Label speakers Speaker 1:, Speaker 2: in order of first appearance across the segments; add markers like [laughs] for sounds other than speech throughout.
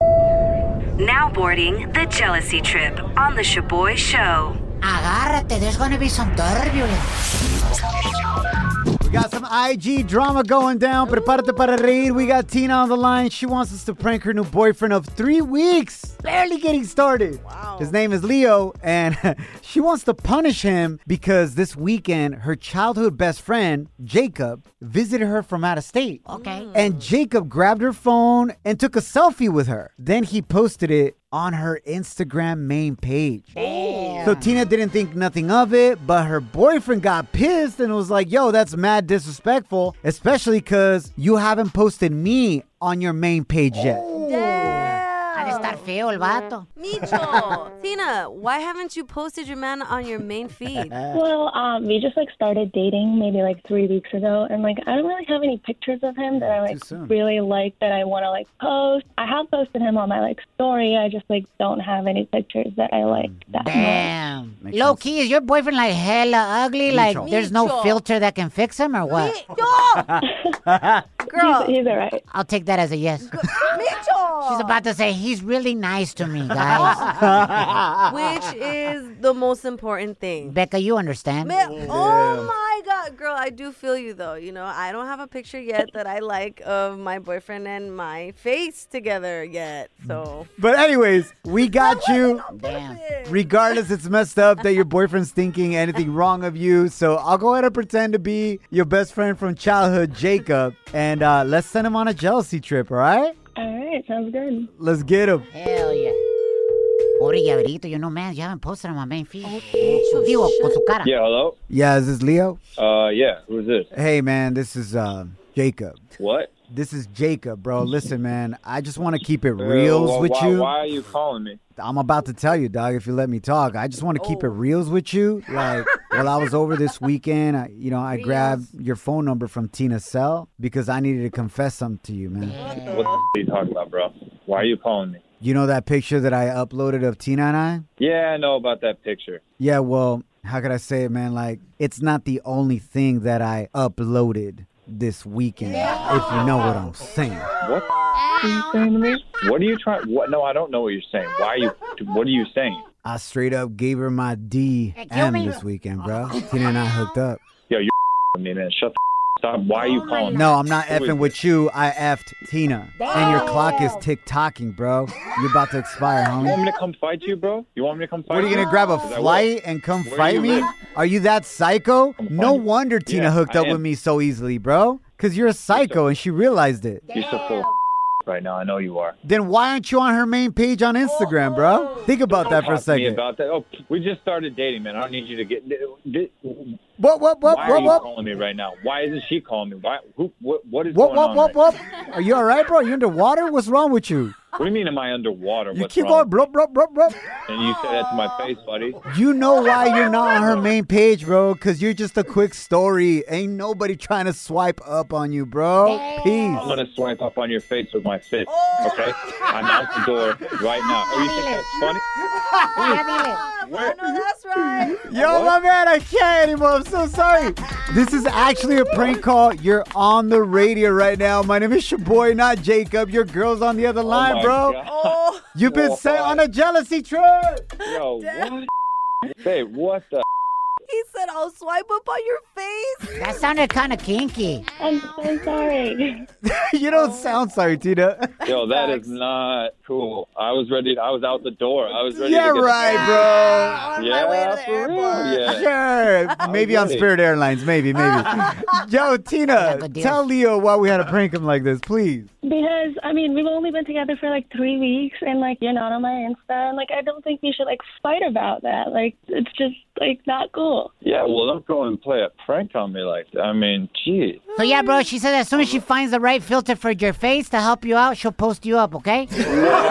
Speaker 1: Now boarding the jealousy trip on the Shaboy Show.
Speaker 2: Agárrate, there's gonna be some turbulence.
Speaker 3: We got some IG drama going down. Prepárate para reír. We got Tina on the line. She wants us to prank her new boyfriend of three weeks. Barely getting started. Wow. His name is Leo, and [laughs] she wants to punish him because this weekend her childhood best friend, Jacob, visited her from out of state.
Speaker 2: Okay.
Speaker 3: And Jacob grabbed her phone and took a selfie with her. Then he posted it on her Instagram main page. So Tina didn't think nothing of it, but her boyfriend got pissed and was like, yo, that's mad disrespectful, especially because you haven't posted me on your main page yet.
Speaker 2: Ha de
Speaker 4: Oh.
Speaker 2: estar feo el vato.
Speaker 4: Micho. [laughs] Tina, why haven't you posted your man on your main [laughs] feed?
Speaker 5: Well, um, we just like started dating maybe like three weeks ago, and like I don't really have any pictures of him that I like
Speaker 3: soon.
Speaker 5: really like that I want to like post. I have posted him on my like story. I just like don't have any pictures that I like that much.
Speaker 2: Damn. Eh, Low key, is your boyfriend like hella ugly? Like, there's no
Speaker 4: Micho.
Speaker 2: filter that can fix him or what?
Speaker 4: [laughs] Yo! Girl.
Speaker 5: He's alright.
Speaker 2: I'll take that as a yes.
Speaker 4: Micho!
Speaker 2: She's about to say, he's really nice to me, guys.
Speaker 4: [laughs] Oh. Which is the most important thing.
Speaker 2: Becca, you understand.
Speaker 4: Ma- oh my god, girl, I do feel you though. You know, I don't have a picture yet that I like of my boyfriend and my face together yet. So
Speaker 3: [laughs] But, anyways, we got you.
Speaker 2: Damn.
Speaker 3: Regardless, it's messed up that your boyfriend's thinking anything wrong of you. So I'll go ahead and pretend to be your best friend from childhood, Jacob, and uh, let's send him on a jealousy trip, all right?
Speaker 5: All right, sounds good.
Speaker 3: Let's get him.
Speaker 2: Hell yeah. Pobre llaverito, you know, man, ya haven't posted on my main feed. Digo, con su cara. [laughs]
Speaker 6: Yeah, hello?
Speaker 3: Yeah, is this Leo?
Speaker 6: Uh, yeah, who's this?
Speaker 3: Hey, man, this is uh, Jacob.
Speaker 6: What?
Speaker 3: This is Jacob, bro. Listen, man, I just want to keep it reals
Speaker 6: Uh, wh-
Speaker 3: with
Speaker 6: why,
Speaker 3: you.
Speaker 6: Why are you calling me?
Speaker 3: I'm about to tell you, dog, if you let me talk. I just want to keep
Speaker 6: Oh.
Speaker 3: it reals with you. Like, while I was over this weekend, I, you know, I grabbed your phone number from Tina's cell because I needed to confess something to you, man.
Speaker 6: What the f- are you talking about, bro? Why are you calling me?
Speaker 3: You know that picture that I uploaded of Tina and I?
Speaker 6: Yeah, I know about that picture.
Speaker 3: Yeah, well, how could I say it, man? Like, it's not the only thing that I uploaded this weekend, if you know what I'm saying.
Speaker 6: What? the f- Are you saying to me? What are you trying? What? No, I don't know what you're saying. Why are you? What are you saying?
Speaker 3: I straight up gave her my DM this weekend, bro. Tina and I hooked up.
Speaker 6: I mean, man, shut the f- up. Why are you calling? me?
Speaker 3: No, I'm not effing with you. I effed Tina. And your clock is tick tocking, bro. You're about to expire,
Speaker 6: You want
Speaker 3: homie.
Speaker 6: me to come fight you, bro? You want me to come fight?
Speaker 3: What are you gonna grab a
Speaker 6: Is that
Speaker 3: flight and come
Speaker 6: Where
Speaker 3: fight
Speaker 6: you
Speaker 3: me?
Speaker 6: live?
Speaker 3: Are you that psycho? No
Speaker 6: find you.
Speaker 3: wonder Tina
Speaker 6: Yeah,
Speaker 3: hooked
Speaker 6: I
Speaker 3: up
Speaker 6: am.
Speaker 3: with me so easily, bro. Cause you're a psycho and she realized it.
Speaker 6: You're so full of f- right now. I know you are.
Speaker 3: Then why aren't you on her main page on Instagram, bro? Think about that for a
Speaker 6: Oh, Talk to me
Speaker 3: second.
Speaker 6: about that. Oh, we just started dating, man. I don't need you to get. di- di-
Speaker 3: What what what
Speaker 6: Why are
Speaker 3: what
Speaker 6: you
Speaker 3: what?
Speaker 6: calling me right now? Why isn't she calling me? Why? Who? What? What is
Speaker 3: What
Speaker 6: going
Speaker 3: what
Speaker 6: on?
Speaker 3: what
Speaker 6: right
Speaker 3: what? Are you alright, bro? You underwater? What's wrong with
Speaker 6: [laughs]
Speaker 3: you?
Speaker 6: What do you mean, am I underwater?
Speaker 3: You
Speaker 6: What's
Speaker 3: keep
Speaker 6: wrong?
Speaker 3: on bro bro bro bro.
Speaker 6: and you said that to my face, buddy.
Speaker 3: You know why you're not on her main page, bro? Because you're just a quick story. Ain't nobody trying to swipe up on you, bro.
Speaker 6: I'm
Speaker 3: Peace.
Speaker 6: gonna swipe up on your face with my fist.
Speaker 3: Oh.
Speaker 6: Okay? I'm out the door right now. Oh, you think that's funny?
Speaker 4: I know that's [laughs] right.
Speaker 3: Yo, my man, I can't anymore. I'm so sorry. This is actually a prank call. You're on the radio right now. My name is your boy, not Jacob. Your girl's on the other line,
Speaker 6: Oh my
Speaker 3: bro.
Speaker 6: God.
Speaker 4: Oh.
Speaker 3: You've been sent on a jealousy trip. [laughs]
Speaker 6: Yo, what? Hey, what the?
Speaker 4: He said, I'll swipe up on your face.
Speaker 2: That sounded kind of kinky.
Speaker 5: I'm so sorry. [laughs]
Speaker 3: you don't sound sorry, Tina.
Speaker 6: Yo, that is not cool. I was ready. I was out the door.
Speaker 3: [laughs]
Speaker 6: I was ready.
Speaker 3: yeah,
Speaker 6: to get
Speaker 3: right, bro.
Speaker 6: Yeah, for real, yeah.
Speaker 3: Sure. Maybe on
Speaker 6: really?
Speaker 3: Spirit Airlines. Maybe, maybe. Yo, Tina,
Speaker 2: good deal.
Speaker 3: tell Leo why we had to prank him like this, please.
Speaker 5: Because I mean, we've only been together for like three weeks, and like you're not on my Insta, and like I don't think you should like fight about that. Like it's just like not cool.
Speaker 6: Yeah, well, don't go and play a prank on me like that. I mean, geez.
Speaker 2: So yeah, bro, she said as soon as she finds the right filter for your face to help you out, she'll post you up, okay?
Speaker 7: [laughs]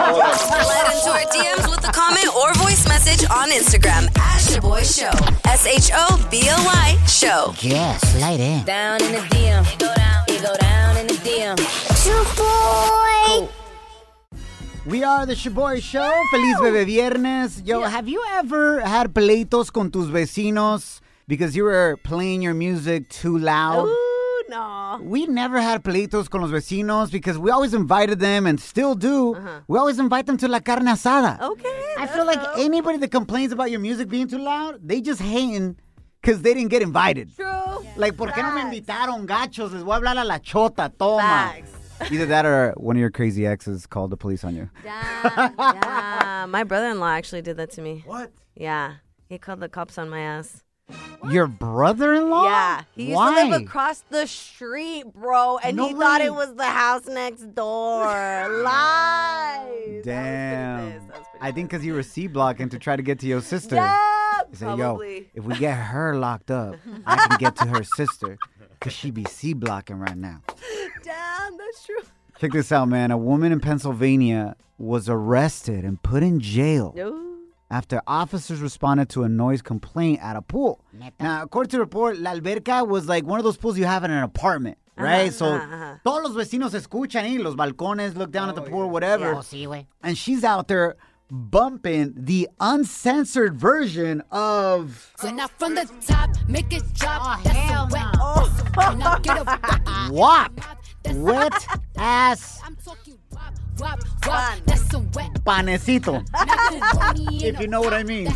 Speaker 7: Slide into our DMs with a comment or voice message on Instagram at Shaboy Show. S H O B O Y Show.
Speaker 2: Yeah, slide in.
Speaker 7: Down in the DM. You go down. You go down in the DM.
Speaker 3: We are the Shaboy Show. Feliz Bebe Viernes. Yo, have you ever had pleitos con tus vecinos because you were playing your music too loud?
Speaker 4: Ooh, no.
Speaker 3: We never had pleitos con los vecinos because we always invited them and still do.
Speaker 4: Uh-huh.
Speaker 3: We always invite them to la carne asada.
Speaker 4: Okay.
Speaker 3: I feel like anybody that complains about your music being too loud, they just hating because they didn't get invited.
Speaker 4: True.
Speaker 3: Like, ¿por qué no me
Speaker 4: Facts.
Speaker 3: invitaron, gachos? Les voy a hablar a la chota,
Speaker 7: Oh
Speaker 3: toma.
Speaker 4: Facts.
Speaker 3: Either that or one of your crazy exes called the police on you.
Speaker 4: Damn,
Speaker 7: [laughs]
Speaker 4: damn. My brother-in-law actually did that to me.
Speaker 3: What?
Speaker 4: Yeah. He called the cops on my ass.
Speaker 3: Your brother-in-law?
Speaker 4: Yeah. He used
Speaker 3: Why?
Speaker 4: to live across the street, bro, and
Speaker 3: No
Speaker 4: he thought
Speaker 3: way.
Speaker 4: it was the house
Speaker 3: [laughs]
Speaker 4: next door. Lies.
Speaker 3: Damn.
Speaker 4: I was pretty pissed. I was pretty
Speaker 3: I think
Speaker 4: pissed.
Speaker 3: because you were C-blocking to try to get to your sister.
Speaker 4: Yeah,
Speaker 3: He said, yo,
Speaker 4: probably.
Speaker 3: if we get her locked
Speaker 4: [laughs]
Speaker 3: up, I can get to her sister because she be C-blocking right now.
Speaker 4: Damn, that's true.
Speaker 3: Check this out, man. A woman in Pennsylvania was arrested and put in jail
Speaker 4: No.
Speaker 3: after officers responded to a noise complaint at a pool. Now, according to report, La Alberca was like one of those pools you have in an apartment, right? so
Speaker 4: uh-huh.
Speaker 3: todos los vecinos escuchan y los balcones look down at the pool, whatever.
Speaker 2: Oh, sí, güey.
Speaker 3: And she's out there bumping the uncensored version of
Speaker 2: Oh, hell no.
Speaker 3: WAP. Wet ass panecito. if you know what I mean.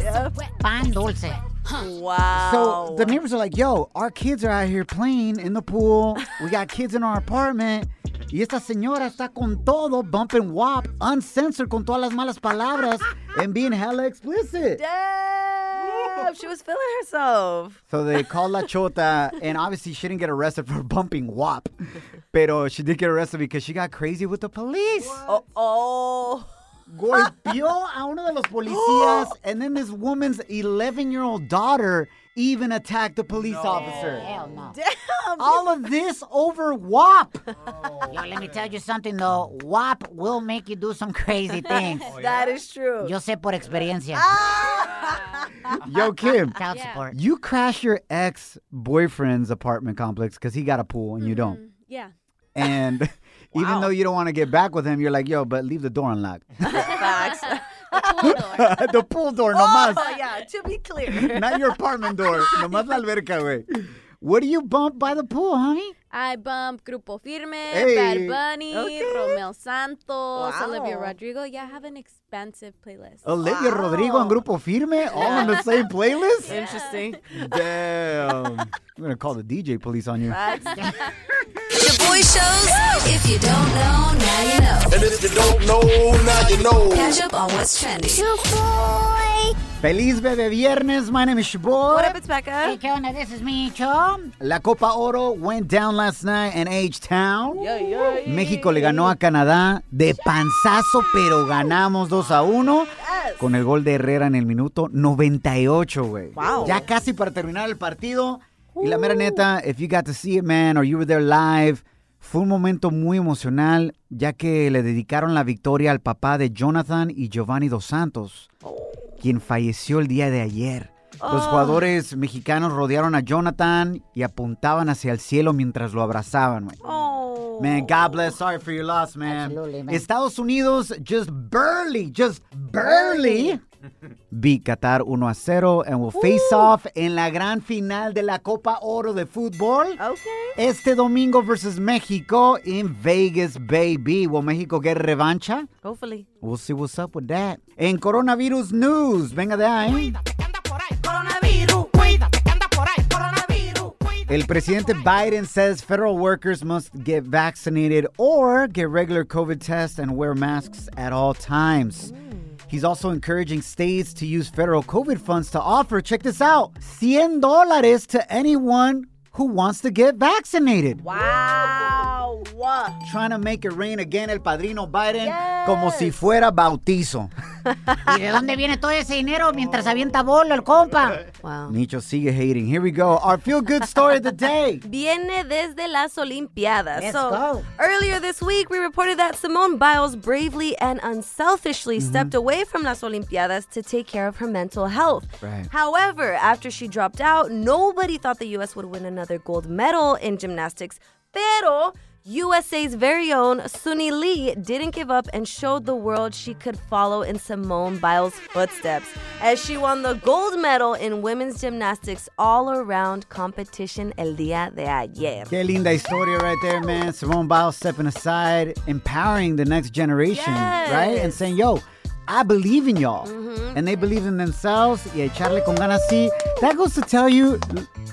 Speaker 2: Pan dulce.
Speaker 4: Wow.
Speaker 3: So the neighbors are like, yo, our kids are out here playing in the pool. We got kids in our apartment. Y esta señora está con todo, bumping WAP, uncensored, con todas las malas palabras, and being hella explicit.
Speaker 4: Damn. She was feeling
Speaker 3: [laughs]
Speaker 4: herself.
Speaker 3: So they called La Chota, and obviously she didn't get arrested for bumping WAP. Pero she did get arrested because she got crazy with the police.
Speaker 4: Oh, oh.
Speaker 3: golpeó a uno de los [gasps] policías, and then this woman's 11 year old daughter even attacked the police officer.
Speaker 2: Hell no.
Speaker 4: Damn.
Speaker 3: All of this over WAP.
Speaker 2: Yo, let me tell you something though. WAP will make you do some crazy things.
Speaker 4: That is [laughs] true.
Speaker 2: Yo sé por experiencia.
Speaker 4: Ah,
Speaker 3: Yo, Kim,
Speaker 2: Child support.
Speaker 3: you crash your ex boyfriend's apartment complex because he got a pool and you don't.
Speaker 8: Yeah.
Speaker 3: And even though you don't want to get back with him, you're like, yo, but leave the door unlocked.
Speaker 4: Facts.
Speaker 3: [laughs] the pool door, [laughs] no más.
Speaker 4: Oh, yeah. To be clear.
Speaker 3: [laughs] Not your apartment door. No más la alberca, güey. What do you bump by the pool, homie?
Speaker 8: I bump Grupo Firme,
Speaker 4: Eh,
Speaker 3: Hey.
Speaker 8: Bad Bunny,
Speaker 4: Okay.
Speaker 8: Romeo Santos, Olivia
Speaker 4: Wow.
Speaker 8: Rodrigo. Yeah, I have an expansive playlist.
Speaker 3: Olivia Rodrigo and Grupo Firme all on the same playlist?
Speaker 4: Interesting.
Speaker 3: Damn. I'm going to call the DJ police on you.
Speaker 7: Shaboy Shows. If you don't know, now you know.
Speaker 9: And if you don't know, now you know.
Speaker 7: Catch up on what's trending.
Speaker 3: Feliz Bebe Viernes. My name is Shaboy.
Speaker 4: What up, it's Becca?
Speaker 2: Hey, ¿qué onda? This is me, Cho.
Speaker 3: La Copa Oro went down last night in H-Town.
Speaker 4: Yo, yo, yo.
Speaker 3: México le ganó a Canadá de panzazo, pero ganamos 2 a 1 con el gol de Herrera en el minuto 98, güey.
Speaker 4: Wow.
Speaker 3: Ya casi para terminar el partido. Y la mera neta, if you got to see it, man, or you were there live, fue un momento muy emocional, ya que le dedicaron la victoria al papá de Jonathan y Giovanni Dos Santos, quien falleció el día de ayer. Los jugadores mexicanos rodearon a Jonathan y apuntaban hacia el cielo mientras lo abrazaban, güey.
Speaker 4: Oh.
Speaker 3: Man, God bless. Sorry for your loss, man.
Speaker 2: Absolutely, man.
Speaker 3: Estados Unidos just barely, just barely beat Qatar 1 a 0 and will face off en la gran final de la Copa Oro de fútbol.
Speaker 4: Okay.
Speaker 3: Este domingo versus México in Vegas, baby. Will México get revancha?
Speaker 4: Hopefully.
Speaker 3: We'll see what's up with that. En coronavirus news, venga de ahí. El presidente Biden says federal workers must get vaccinated or get regular COVID tests and wear masks at all times. He's also encouraging states to use federal COVID funds to offer, check this out, $100 to anyone who wants to get vaccinated.
Speaker 4: Wow. What?
Speaker 3: Trying to make it rain again, el padrino Biden, como si fuera bautizo.
Speaker 2: ¿Y de dónde viene todo ese dinero mientras avienta bolo el compa?
Speaker 4: Wow.
Speaker 3: Nicho sigue hating. Here we go. Our feel good story of the
Speaker 4: [laughs]
Speaker 3: day.
Speaker 4: Viene desde las Olimpiadas.
Speaker 2: Let's
Speaker 4: so,
Speaker 2: go.
Speaker 4: earlier this week, we reported that Simone Biles bravely and unselfishly stepped away from las Olimpiadas to take care of her mental health.
Speaker 3: Right.
Speaker 4: However, after she dropped out, nobody thought the U.S. would win another gold medal in gymnastics. Pero USA's very own Suni Lee didn't give up and showed the world she could follow in Simone Biles' footsteps as she won the gold medal in women's gymnastics all around competition el día de ayer.
Speaker 3: Qué linda historia right there, man. Simone Biles stepping aside, empowering the next generation,
Speaker 4: Yes. Mm-hmm.
Speaker 3: right? And saying, yo, I believe in y'all. And they believe in themselves. Y a echarle con ganas, sí. That goes to tell you,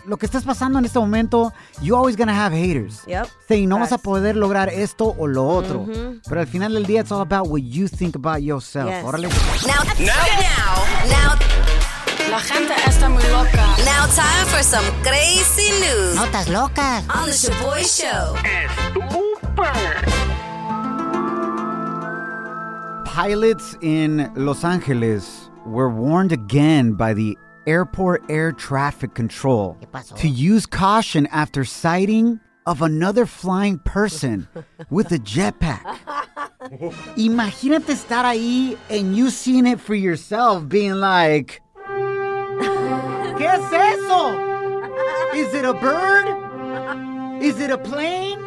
Speaker 3: lo que estás pasando en este momento, you always gonna have haters.
Speaker 4: Yep.
Speaker 3: Saying, no vas a
Speaker 4: Facts. Mm-hmm.
Speaker 3: poder lograr esto o lo otro. Pero al final del día, it's all about what you think about yourself.
Speaker 4: Yes.
Speaker 3: Órale.
Speaker 7: Now, now, now,
Speaker 10: La gente está muy loca.
Speaker 7: now, time for some crazy news
Speaker 2: Notas locas.
Speaker 7: on the Shaboy Show.
Speaker 3: Pilots in Los Angeles were warned again by the airport air traffic control
Speaker 2: ¿Qué pasó?
Speaker 3: to use caution after sighting of another flying
Speaker 2: [laughs]
Speaker 3: person with a jetpack. Imagínate estar ahí and you seeing it for yourself, being like, ¿Qué es eso? Is it a bird? Is it a plane?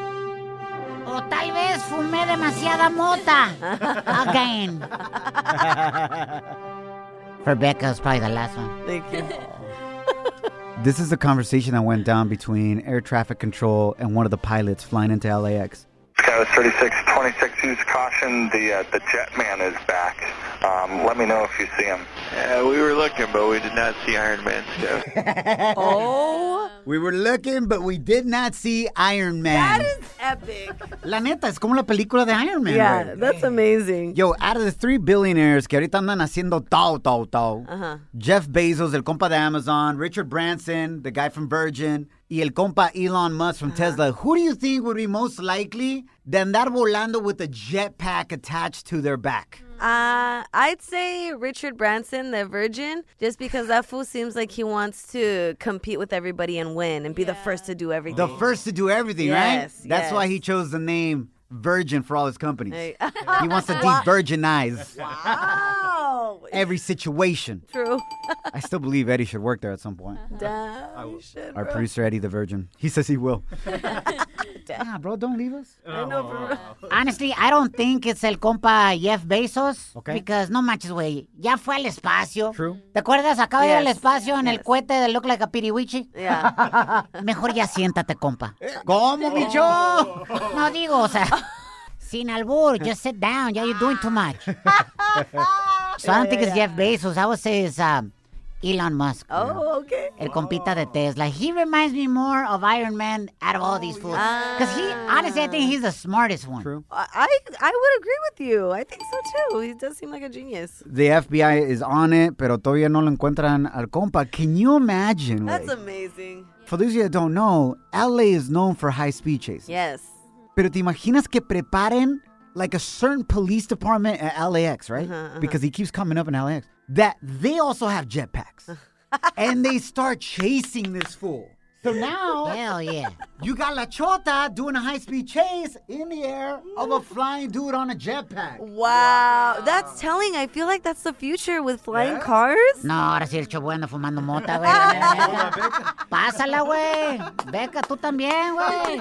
Speaker 2: O tal vez fumé demasiada mota. [laughs] Again. For Becca, it's probably the last one.
Speaker 4: Thank you.
Speaker 3: This is the conversation that went down between air traffic control and one of the pilots flying into LAX.
Speaker 9: Skyler 3626, use caution, the uh, the jet man is back. Um, let me know if you see him. Uh, we were looking, but we did not see Iron Man.
Speaker 4: Oh,
Speaker 3: We were looking, but we did not see Iron Man.
Speaker 4: that is epic.
Speaker 3: La neta, es como la película de Iron Man.
Speaker 4: [laughs] Yeah,
Speaker 3: güey.
Speaker 4: that's amazing.
Speaker 3: Yo, out of the three billionaires que ahorita andan haciendo tau, tau, tau,
Speaker 4: Ajá.
Speaker 3: Jeff Bezos, el compa de Amazon, Richard Branson, the guy from Virgin, y el compa Elon Musk
Speaker 4: Uh-huh.
Speaker 3: from Tesla, who do you think would be most likely de andar volando with a jetpack attached to their back?
Speaker 4: Uh, I'd say Richard Branson, the virgin, just because that fool seems like he wants to compete with everybody and win and be the first to do everything.
Speaker 3: The first to do everything,
Speaker 4: Yes,
Speaker 3: right? That's why
Speaker 4: yes.
Speaker 3: he chose the name Virgin for all his companies.
Speaker 4: Hey.
Speaker 3: he wants to de-virginize
Speaker 4: [laughs] oh,
Speaker 3: every situation.
Speaker 4: true.
Speaker 3: I still believe Eddie should work there at some point.
Speaker 4: Damn, you should,
Speaker 3: Our
Speaker 4: bro.
Speaker 3: producer Eddie the Virgin. He says he
Speaker 4: [laughs]
Speaker 3: will. nah, bro, don't leave us.
Speaker 4: [laughs] I know, bro.
Speaker 2: Honestly, I don't think it's el compa Jeff Bezos.
Speaker 3: Okay.
Speaker 2: Because no manches, güey. Ya fue al espacio.
Speaker 3: True.
Speaker 2: ¿Te acuerdas? Acaba de ir al
Speaker 4: Yes,
Speaker 2: espacio en el
Speaker 4: yes.
Speaker 2: cohete de Look Like a Piriwichi.
Speaker 4: Yeah.
Speaker 2: Mejor ya siéntate, compa.
Speaker 3: ¿Cómo, bicho?
Speaker 2: No digo,
Speaker 4: [laughs]
Speaker 2: o sea. Sin albur, just sit down. Yeah, you're doing too
Speaker 4: [laughs]
Speaker 2: much. so I don't think it's Jeff Bezos. I would say it's um, Elon Musk.
Speaker 4: Oh, okay.
Speaker 2: El compita de Tesla. He reminds me more of Iron Man out of all these
Speaker 4: Oh,
Speaker 2: fools. Because he, honestly, I think he's the smartest one.
Speaker 3: True.
Speaker 4: I I would agree with you. I think so too. He does seem like a genius.
Speaker 3: The FBI is on it, pero todavía no lo encuentran al compa. Can you imagine?
Speaker 4: That's
Speaker 3: güey?
Speaker 4: amazing.
Speaker 3: For those of you that don't know, LA is known for high speed chases.
Speaker 4: Yes.
Speaker 3: Pero te imaginas que preparen like a certain police department at LAX,
Speaker 4: Uh-huh,
Speaker 3: right? Because he keeps coming up in LAX. That they also have jetpacks.
Speaker 4: [laughs]
Speaker 3: and they start chasing this fool. So now
Speaker 2: Hell yeah.
Speaker 3: you got La Chota doing a high speed chase in the air of a flying dude on a jetpack.
Speaker 4: Wow. That's telling. I feel like that's the future with flying cars.
Speaker 3: [laughs]
Speaker 2: No, ahora sí el chavo anda fumando mota, güey. la neta. Pásala, güey. Beca, tú también, güey.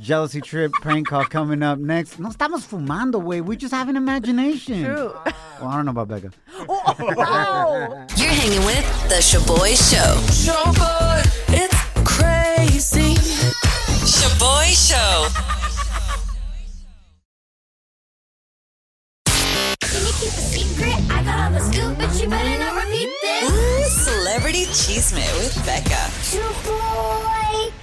Speaker 3: Jealousy trip prank call coming up next. No estamos fumando, way. We just have an imagination.
Speaker 4: True.
Speaker 3: Well, I don't know about Becca.
Speaker 4: Oh.
Speaker 7: You're hanging with the Shaboy Show. Shaboy, it's crazy. Shaboy Show.
Speaker 11: keep a secret. I got all the scoop, but you better not repeat this.
Speaker 7: Celebrity Cheesemate with Becca.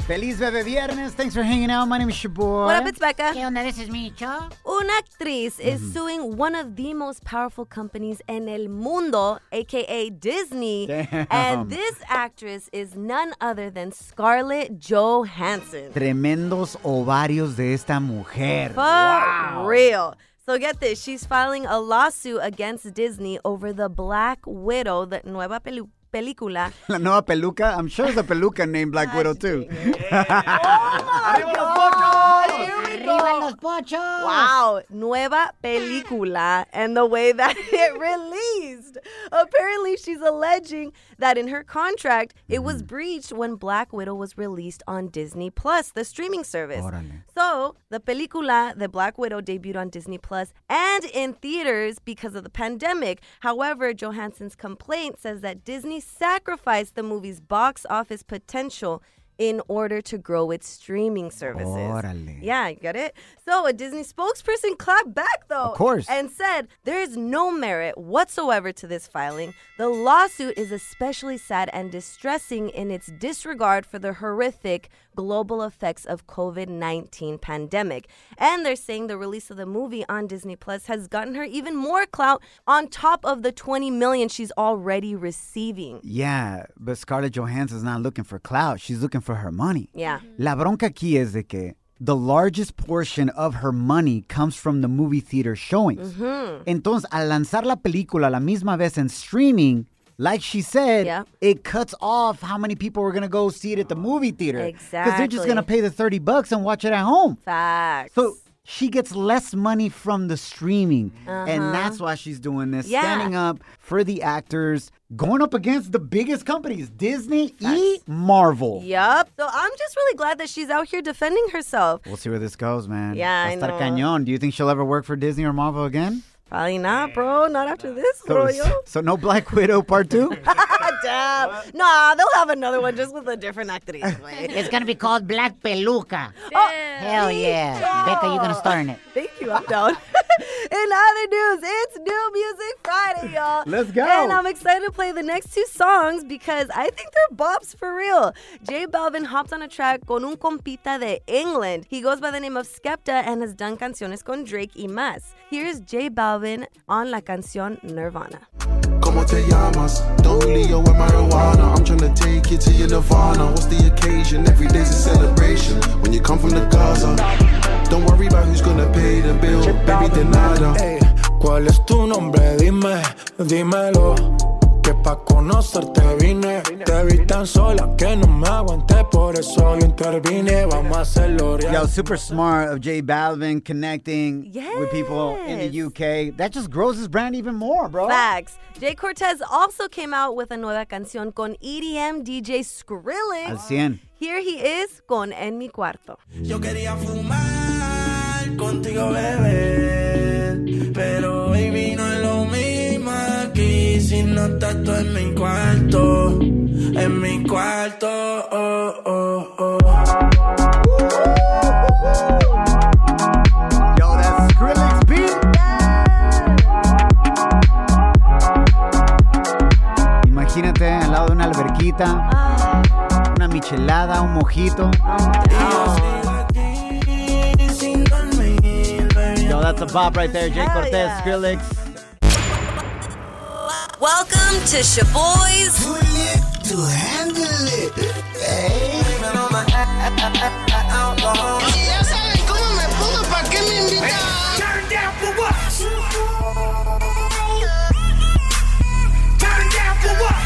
Speaker 3: Feliz Bebe Viernes. Thanks for hanging out. My name is your boy.
Speaker 4: What up, it's Becca.
Speaker 2: ¿Qué onda? This is me, Cho.
Speaker 4: Una actriz is suing one of the most powerful companies en el mundo, aka Disney.
Speaker 3: Damn.
Speaker 4: And this actress is none other than Scarlett Johansson.
Speaker 3: Tremendos ovarios de esta mujer.
Speaker 4: For real. So get this, she's filing a lawsuit against Disney over the Black Widow, the nueva pelu- película.
Speaker 3: La nueva peluca. I'm sure it's a peluca named Black Widow too. [laughs]
Speaker 2: ¡Arriba los pochos!
Speaker 4: Wow, nueva película and the way that [laughs] it released. Apparently, she's alleging that in her contract, it was breached when Black Widow was released on Disney Plus, the streaming service. So, the película, The Black Widow, debuted on Disney Plus and in theaters because of the pandemic. However, Johansson's complaint says that Disney sacrificed the movie's box office potential in order to grow its streaming services.
Speaker 3: Órale.
Speaker 4: Yeah, you get it? So a Disney spokesperson clapped back, though.
Speaker 3: Of course.
Speaker 4: And said, there is no merit whatsoever to this filing. The lawsuit is especially sad and distressing in its disregard for the horrific global effects of COVID-19 pandemic. And they're saying the release of the movie on Disney Plus has gotten her even more clout on top of the 20 million she's already receiving.
Speaker 3: Yeah, but Scarlett Johansson's not looking for clout. She's looking for her money.
Speaker 4: Yeah.
Speaker 3: La bronca aquí es de que the largest portion of her money comes from the movie theater showings. Entonces, al lanzar la película la misma vez en streaming, like she said,
Speaker 4: Yeah.
Speaker 3: it cuts off how many people were going to go see it at the movie theater. Because they're just
Speaker 4: Exactly.
Speaker 3: going to pay the 30 bucks and watch it at home.
Speaker 4: Facts.
Speaker 3: So she gets less money from the streaming.
Speaker 4: Uh-huh.
Speaker 3: And that's why she's doing this.
Speaker 4: Yeah.
Speaker 3: Standing up for the actors, going up against the biggest companies, Disney e Marvel.
Speaker 4: Yup. So I'm just really glad that she's out here defending herself.
Speaker 3: We'll see where this goes, man.
Speaker 4: Yeah, I
Speaker 3: Va a estar
Speaker 4: know.
Speaker 3: cañón. Do you think she'll ever work for Disney or Marvel again?
Speaker 4: Probably not, bro. Not after this,
Speaker 3: So, [laughs]
Speaker 4: Royo.
Speaker 3: so no Black Widow part
Speaker 4: [laughs]
Speaker 3: two?
Speaker 4: Damn. Nah, they'll have another one just with a different
Speaker 3: [laughs]
Speaker 4: actress. güey.
Speaker 2: It's gonna be called Black Peluca. Oh, Hell yeah. Becca, you're gonna star in it.
Speaker 4: Thank you. I'm down. [laughs] In other news, it's New Music Friday, y'all.
Speaker 3: Let's go.
Speaker 4: And I'm excited to play the next two songs because I think they're bops for real. J Balvin hopped on a track con un compita de England. He goes by the name of Skepta and has done canciones con Drake y más. Here's J Balvin on La Canción Nirvana.
Speaker 12: Como te llamas? Don't Leo and marijuana. I'm tryna take you to your nirvana. What's the occasion? Every day's a celebration. When you come from the Gaza, don't worry about who's gonna pay the bill. Baby, de nada.
Speaker 13: ¿Cuál es tu nombre? Dime, dímelo. Que pa' conocerte vine. Te vi tan sola que no me aguanté. Por eso yo intervine. Vamos a hacerlo real.
Speaker 3: Yo, super smart of Jay Balvin connecting with people in the UK. That just grows his brand even more, bro.
Speaker 4: Facts. Jay Cortez also came out with a nueva canción con E EDM DJ Skrillex.
Speaker 3: Al 100.
Speaker 4: Here he is con En Mi Cuarto.
Speaker 14: Yo quería fumar contigo, bebé. Pero baby, no es lo mismo aquí si no estás tú en mi cuarto. En mi cuarto, oh, oh, oh.
Speaker 3: Yo, that's Skrillex beat. Imagínate al lado de una alberquita, una michelada, un mojito. Yo, that's a bop right there. Jay Cortez, Skrillex.
Speaker 7: Welcome to Shaboy's.
Speaker 14: To handle it, hey. Si ya saben cómo me pongo, ¿pa' qué me invitan? Turn down for what? Turn down for what?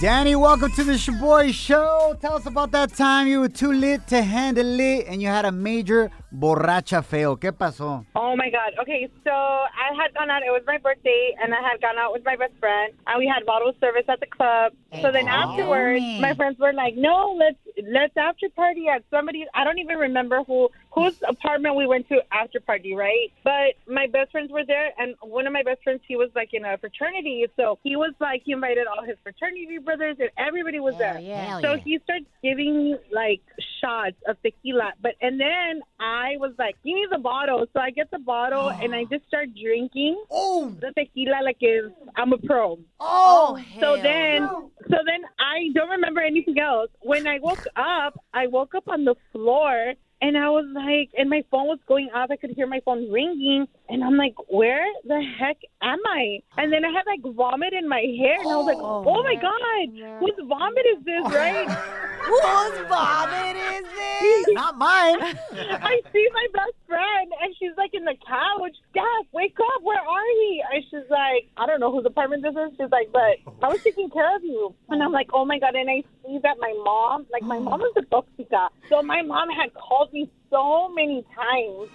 Speaker 3: Danny, welcome to the Shaboy Show. Tell us about that time you were too lit to handle it and you had a major borracha fail. ¿Qué pasó?
Speaker 15: Oh my god. Okay, so I had gone out. It was my birthday, and I had gone out with my best friend, and we had bottle service at the club. So then afterwards, my friends were like, "No, let's let's after party at somebody's." I don't even remember who whose apartment we went to after party, right? But my best friends were there, and one of my best friends, he was like in a fraternity, so he was like he invited all his fraternity brothers, and everybody was there.
Speaker 11: yeah.
Speaker 15: so
Speaker 11: Hell yeah.
Speaker 15: he starts giving me like shots of tequila, but and then I was like, give me the bottle. So I get the
Speaker 11: [gasps]
Speaker 15: bottle, and I just start drinking
Speaker 11: Oh.
Speaker 15: the tequila like is I'm a pro.
Speaker 4: Oh,
Speaker 15: so then so then I don't remember anything else. When I woke up, I woke up on the floor and I was like, and my phone was going off. I could hear my phone ringing, and I'm like, where the heck am I? And then I had like vomit in my hair, and I was like, oh my god, whose vomit is this, right?
Speaker 3: [laughs]
Speaker 4: whose vomit is this?
Speaker 3: Not mine.
Speaker 15: [laughs] I see my best friend, and she's like in the couch. Steph, wake up! Where are we? And she's like, I don't know whose apartment this is. She's like, but I was taking care of you. And I'm like, oh my god! And I see that my mom, like my mom is a toxica, so my mom had called me so many times,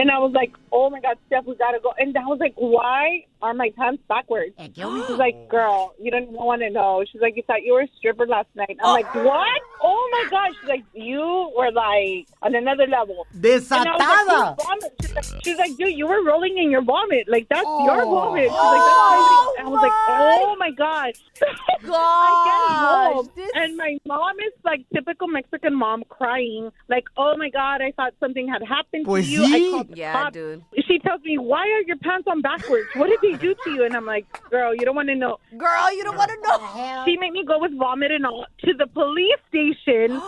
Speaker 15: and I was like, oh my god, Steph, we gotta go. And I was like, why are my times backwards?
Speaker 2: Eh, [gasps]
Speaker 15: [gasps] She's like, girl, you don't want to know. She's like, you thought you were a stripper last night. I'm like, what? Oh my gosh. She's like, you were like on another level. And I was like,
Speaker 3: Desatada.
Speaker 15: "You vomit." She's like, she's like, dude, you were rolling in your vomit. Like, that's your vomit. She's like, that's crazy. And I was like, oh my God. [laughs] I get home. And my mom is like typical Mexican mom crying, like, oh my God, I thought something had happened
Speaker 4: Pues
Speaker 15: to you. I
Speaker 4: sí.
Speaker 15: called the
Speaker 4: Yeah,
Speaker 15: cops."
Speaker 4: dude.
Speaker 15: She tells me, why are your pants on backwards? What did they do to you? And I'm like, girl, you don't want to know.
Speaker 4: Girl, you don't want to know.
Speaker 15: She made me go with vomit and all to the police station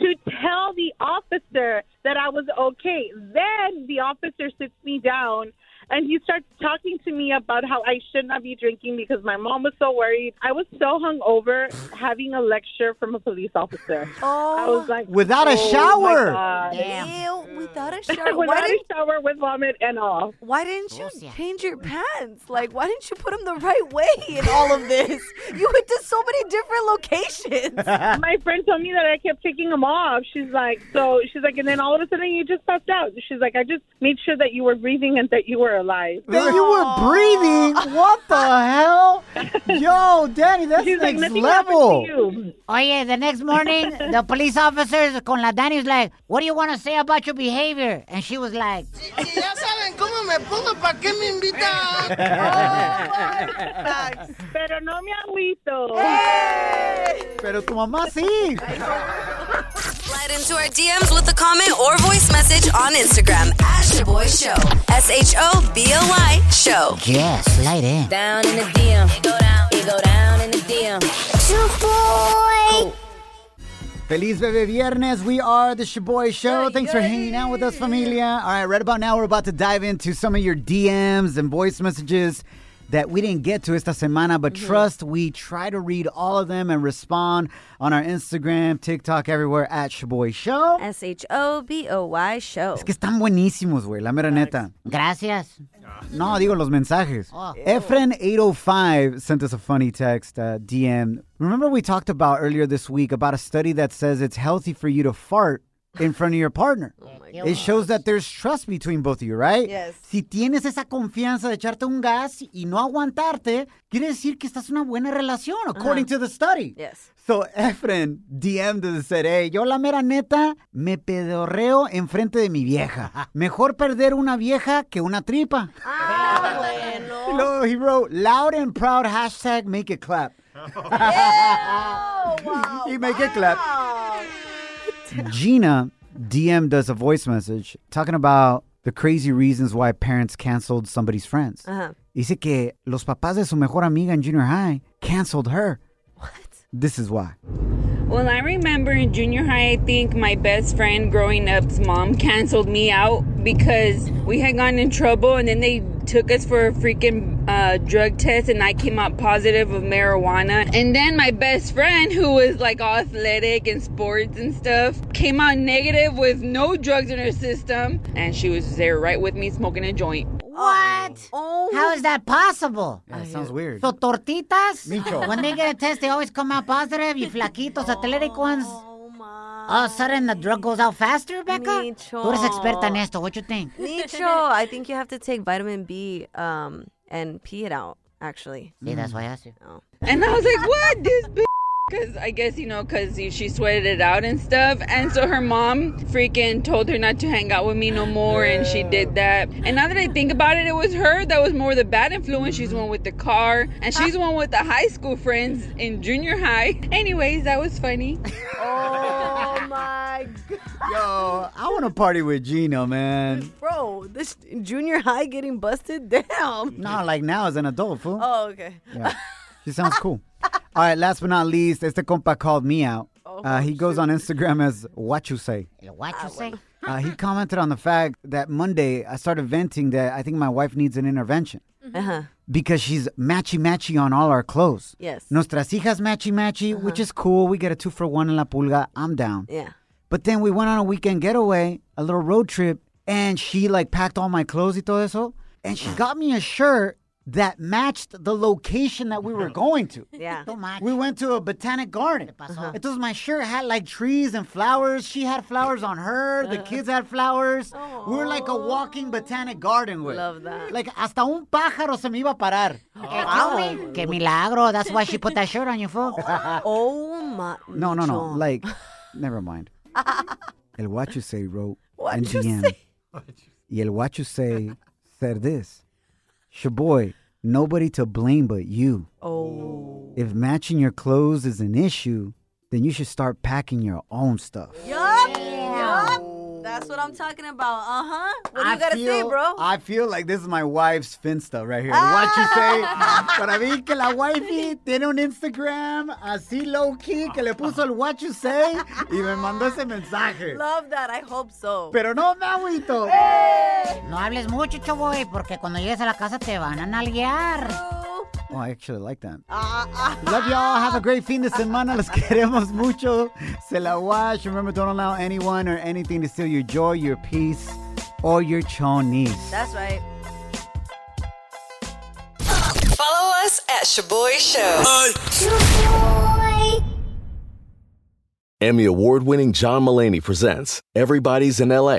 Speaker 15: to tell the officer that I was okay. Then the officer sits me down and he starts talking to me about how I should not be drinking because my mom was so worried. I was so hungover having a lecture from a police officer. Oh, I was like
Speaker 3: Without a
Speaker 15: "Oh my
Speaker 3: shower."
Speaker 15: God."
Speaker 4: Ew, without [laughs] a Oh, shower.
Speaker 15: Without
Speaker 4: Why
Speaker 15: a
Speaker 4: did
Speaker 15: shower with vomit and all.
Speaker 4: why didn't you change your pants? Like, why didn't you put them the right way in all of this? [laughs] You went to so many different locations.
Speaker 15: my friend told me that I kept taking them off. She's like, so she's like, and then all of a sudden you just passed out. She's like, I just made sure that you were breathing and that you were alive.
Speaker 3: That you were breathing. What the hell? Yo, Danny, Oh, that's
Speaker 15: She's like,
Speaker 3: next
Speaker 15: "Nothing happened to
Speaker 3: level.
Speaker 2: Oye, the next morning, the police officers con la Dani was like, What do you want to say about your behavior? And she was like,
Speaker 16: Ya saben cómo me pongo, ¿para qué me invitan?
Speaker 15: Pero no me agüito.
Speaker 3: Pero tu mamá sí.
Speaker 7: Slide into our DMs with a comment or voice message on Instagram at Shaboy Show. S H O B O Y Show.
Speaker 2: Yes, slide in.
Speaker 7: Down in the DM. It go down. It go down in the DM.
Speaker 3: Feliz Bebe Viernes. We are the Shaboy Show. Thanks for hanging out with us, familia. All right, right about now, we're about to dive into some of your DMs and voice messages that we didn't get to esta semana, but
Speaker 4: Mm-hmm.
Speaker 3: trust we try to read all of them and respond on our Instagram, TikTok, everywhere at Shaboy Show.
Speaker 4: S H O B O Y show.
Speaker 3: Es que están buenísimos, güey, la mera neta.
Speaker 2: Gracias.
Speaker 3: No, digo los mensajes.
Speaker 4: Ah.
Speaker 2: Oh.
Speaker 3: Efren805 sent us a funny text, uh, DM. Remember we talked about earlier this week about a study that says it's healthy for you to fart in front of your
Speaker 4: [laughs]
Speaker 3: partner. it shows that there's trust between both of you, right?
Speaker 4: Oh Yes.
Speaker 3: Si tienes esa confianza de echarte un gas y no aguantarte, quiere decir que estás en una buena relación, according to the study.
Speaker 4: Yes.
Speaker 3: So Efren DM'd and said, hey, yo la mera neta me pedorreo enfrente de mi vieja. Mejor perder una vieja que una tripa. No, he wrote loud and proud hashtag make it clap. he make it clap. Gina DM'd us a voice message talking about the crazy reasons why parents canceled somebody's friends.
Speaker 4: Uh-huh.
Speaker 3: Dice que los papás de su mejor amiga in junior high canceled her. What? This is why.
Speaker 17: Well, I remember in junior high, I think my best friend growing up's mom canceled me out because we had gotten in trouble and then they took us for a freaking uh, drug test and I came out positive of marijuana. And then my best friend, who was like all athletic and sports and stuff, came out negative with no drugs in her system and she was there right with me smoking a joint.
Speaker 2: What? How is that possible?
Speaker 3: That sounds weird.
Speaker 2: So tortitas,
Speaker 3: Micho.
Speaker 2: when they get a test, they always come out positive. You flaquitos, athletic ones. All of a sudden, the drug goes out faster, Becca. Tú eres experta en esto. What you think?
Speaker 4: Nicho, I think you have to take vitamin B um, and pee it out, actually.
Speaker 2: Sí, that's why I asked you.
Speaker 17: And I was like, what? This bitch Cause I guess you know, cause she sweated it out and stuff, and so her mom freaking told her not to hang out with me no more, and she did that. And now that I think about it, it was her that was more the bad influence. She's the one with the car, and she's the one with the high school friends in junior high. Anyways, that was funny.
Speaker 4: Oh my god.
Speaker 3: Yo, I want to party with Gino, man.
Speaker 4: Bro, this junior high getting busted? [laughs] Damn.
Speaker 3: No, like now as an adult, fool.
Speaker 4: Oh, okay.
Speaker 3: Yeah. She sounds cool. All right, last but not least, este compa called me out. Uh, he goes on Instagram as what you say.
Speaker 2: What you say?
Speaker 3: Uh, he commented on the fact that Monday I started venting that I think my wife needs an intervention
Speaker 4: Uh-huh.
Speaker 3: because she's matchy matchy on all our clothes.
Speaker 4: Yes. Uh-huh.
Speaker 3: Nuestras hijas matchy matchy, which is cool. We get a two for one in La Pulga. I'm down.
Speaker 4: Yeah.
Speaker 3: But then we went on a weekend getaway, a little road trip, and she like packed all my clothes y todo eso. And she got me a shirt that matched the location that we
Speaker 4: [laughs]
Speaker 3: were going to.
Speaker 4: Yeah. Uh-huh.
Speaker 3: We went to a botanic garden. Entonces my shirt had like trees and flowers. She had flowers on her.
Speaker 4: Uh-huh.
Speaker 3: The kids had flowers. We were like a walking botanic garden. With. Love that. Like hasta un pájaro se me iba a
Speaker 4: [gasps]
Speaker 3: parar.
Speaker 2: Qué milagro. That's why she put that shirt on you, fool.
Speaker 4: oh my.
Speaker 3: No, no, no. Like,
Speaker 4: [laughs]
Speaker 3: never mind. El what you say wrote
Speaker 4: What
Speaker 3: in
Speaker 4: you
Speaker 3: DM.
Speaker 4: say?
Speaker 3: Y el what you say said this. Shaboy, nobody to blame but you.
Speaker 4: Oh.
Speaker 3: If matching your clothes is an issue, then you should start packing your own stuff.
Speaker 4: Yup. Yup. That's what I'm talking about. Uh huh. What do you gotta
Speaker 3: feel,
Speaker 4: say, bro?
Speaker 3: I feel like this is my wife's Finsta right here. What you say?
Speaker 4: Ah.
Speaker 3: Para mí que la
Speaker 4: [laughs]
Speaker 3: wifey tiene un Instagram así low key que le puso el what you say y me mandó ese mensaje.
Speaker 4: Love that. I hope so.
Speaker 3: Pero no me agüito.
Speaker 4: Eh.
Speaker 2: No hables mucho, chavoy, porque cuando llegues a la casa te van a nalguear.
Speaker 3: Oh, I actually like that.
Speaker 4: Ah,
Speaker 3: Love y'all. Have a great fin de semana. Los queremos mucho. Se la wash. Remember, don't allow anyone or anything to steal your joy, your peace, or your chonies.
Speaker 4: That's right.
Speaker 7: Follow us at Shaboy Show.
Speaker 18: Emmy award winning John Mullaney presents Everybody's in LA,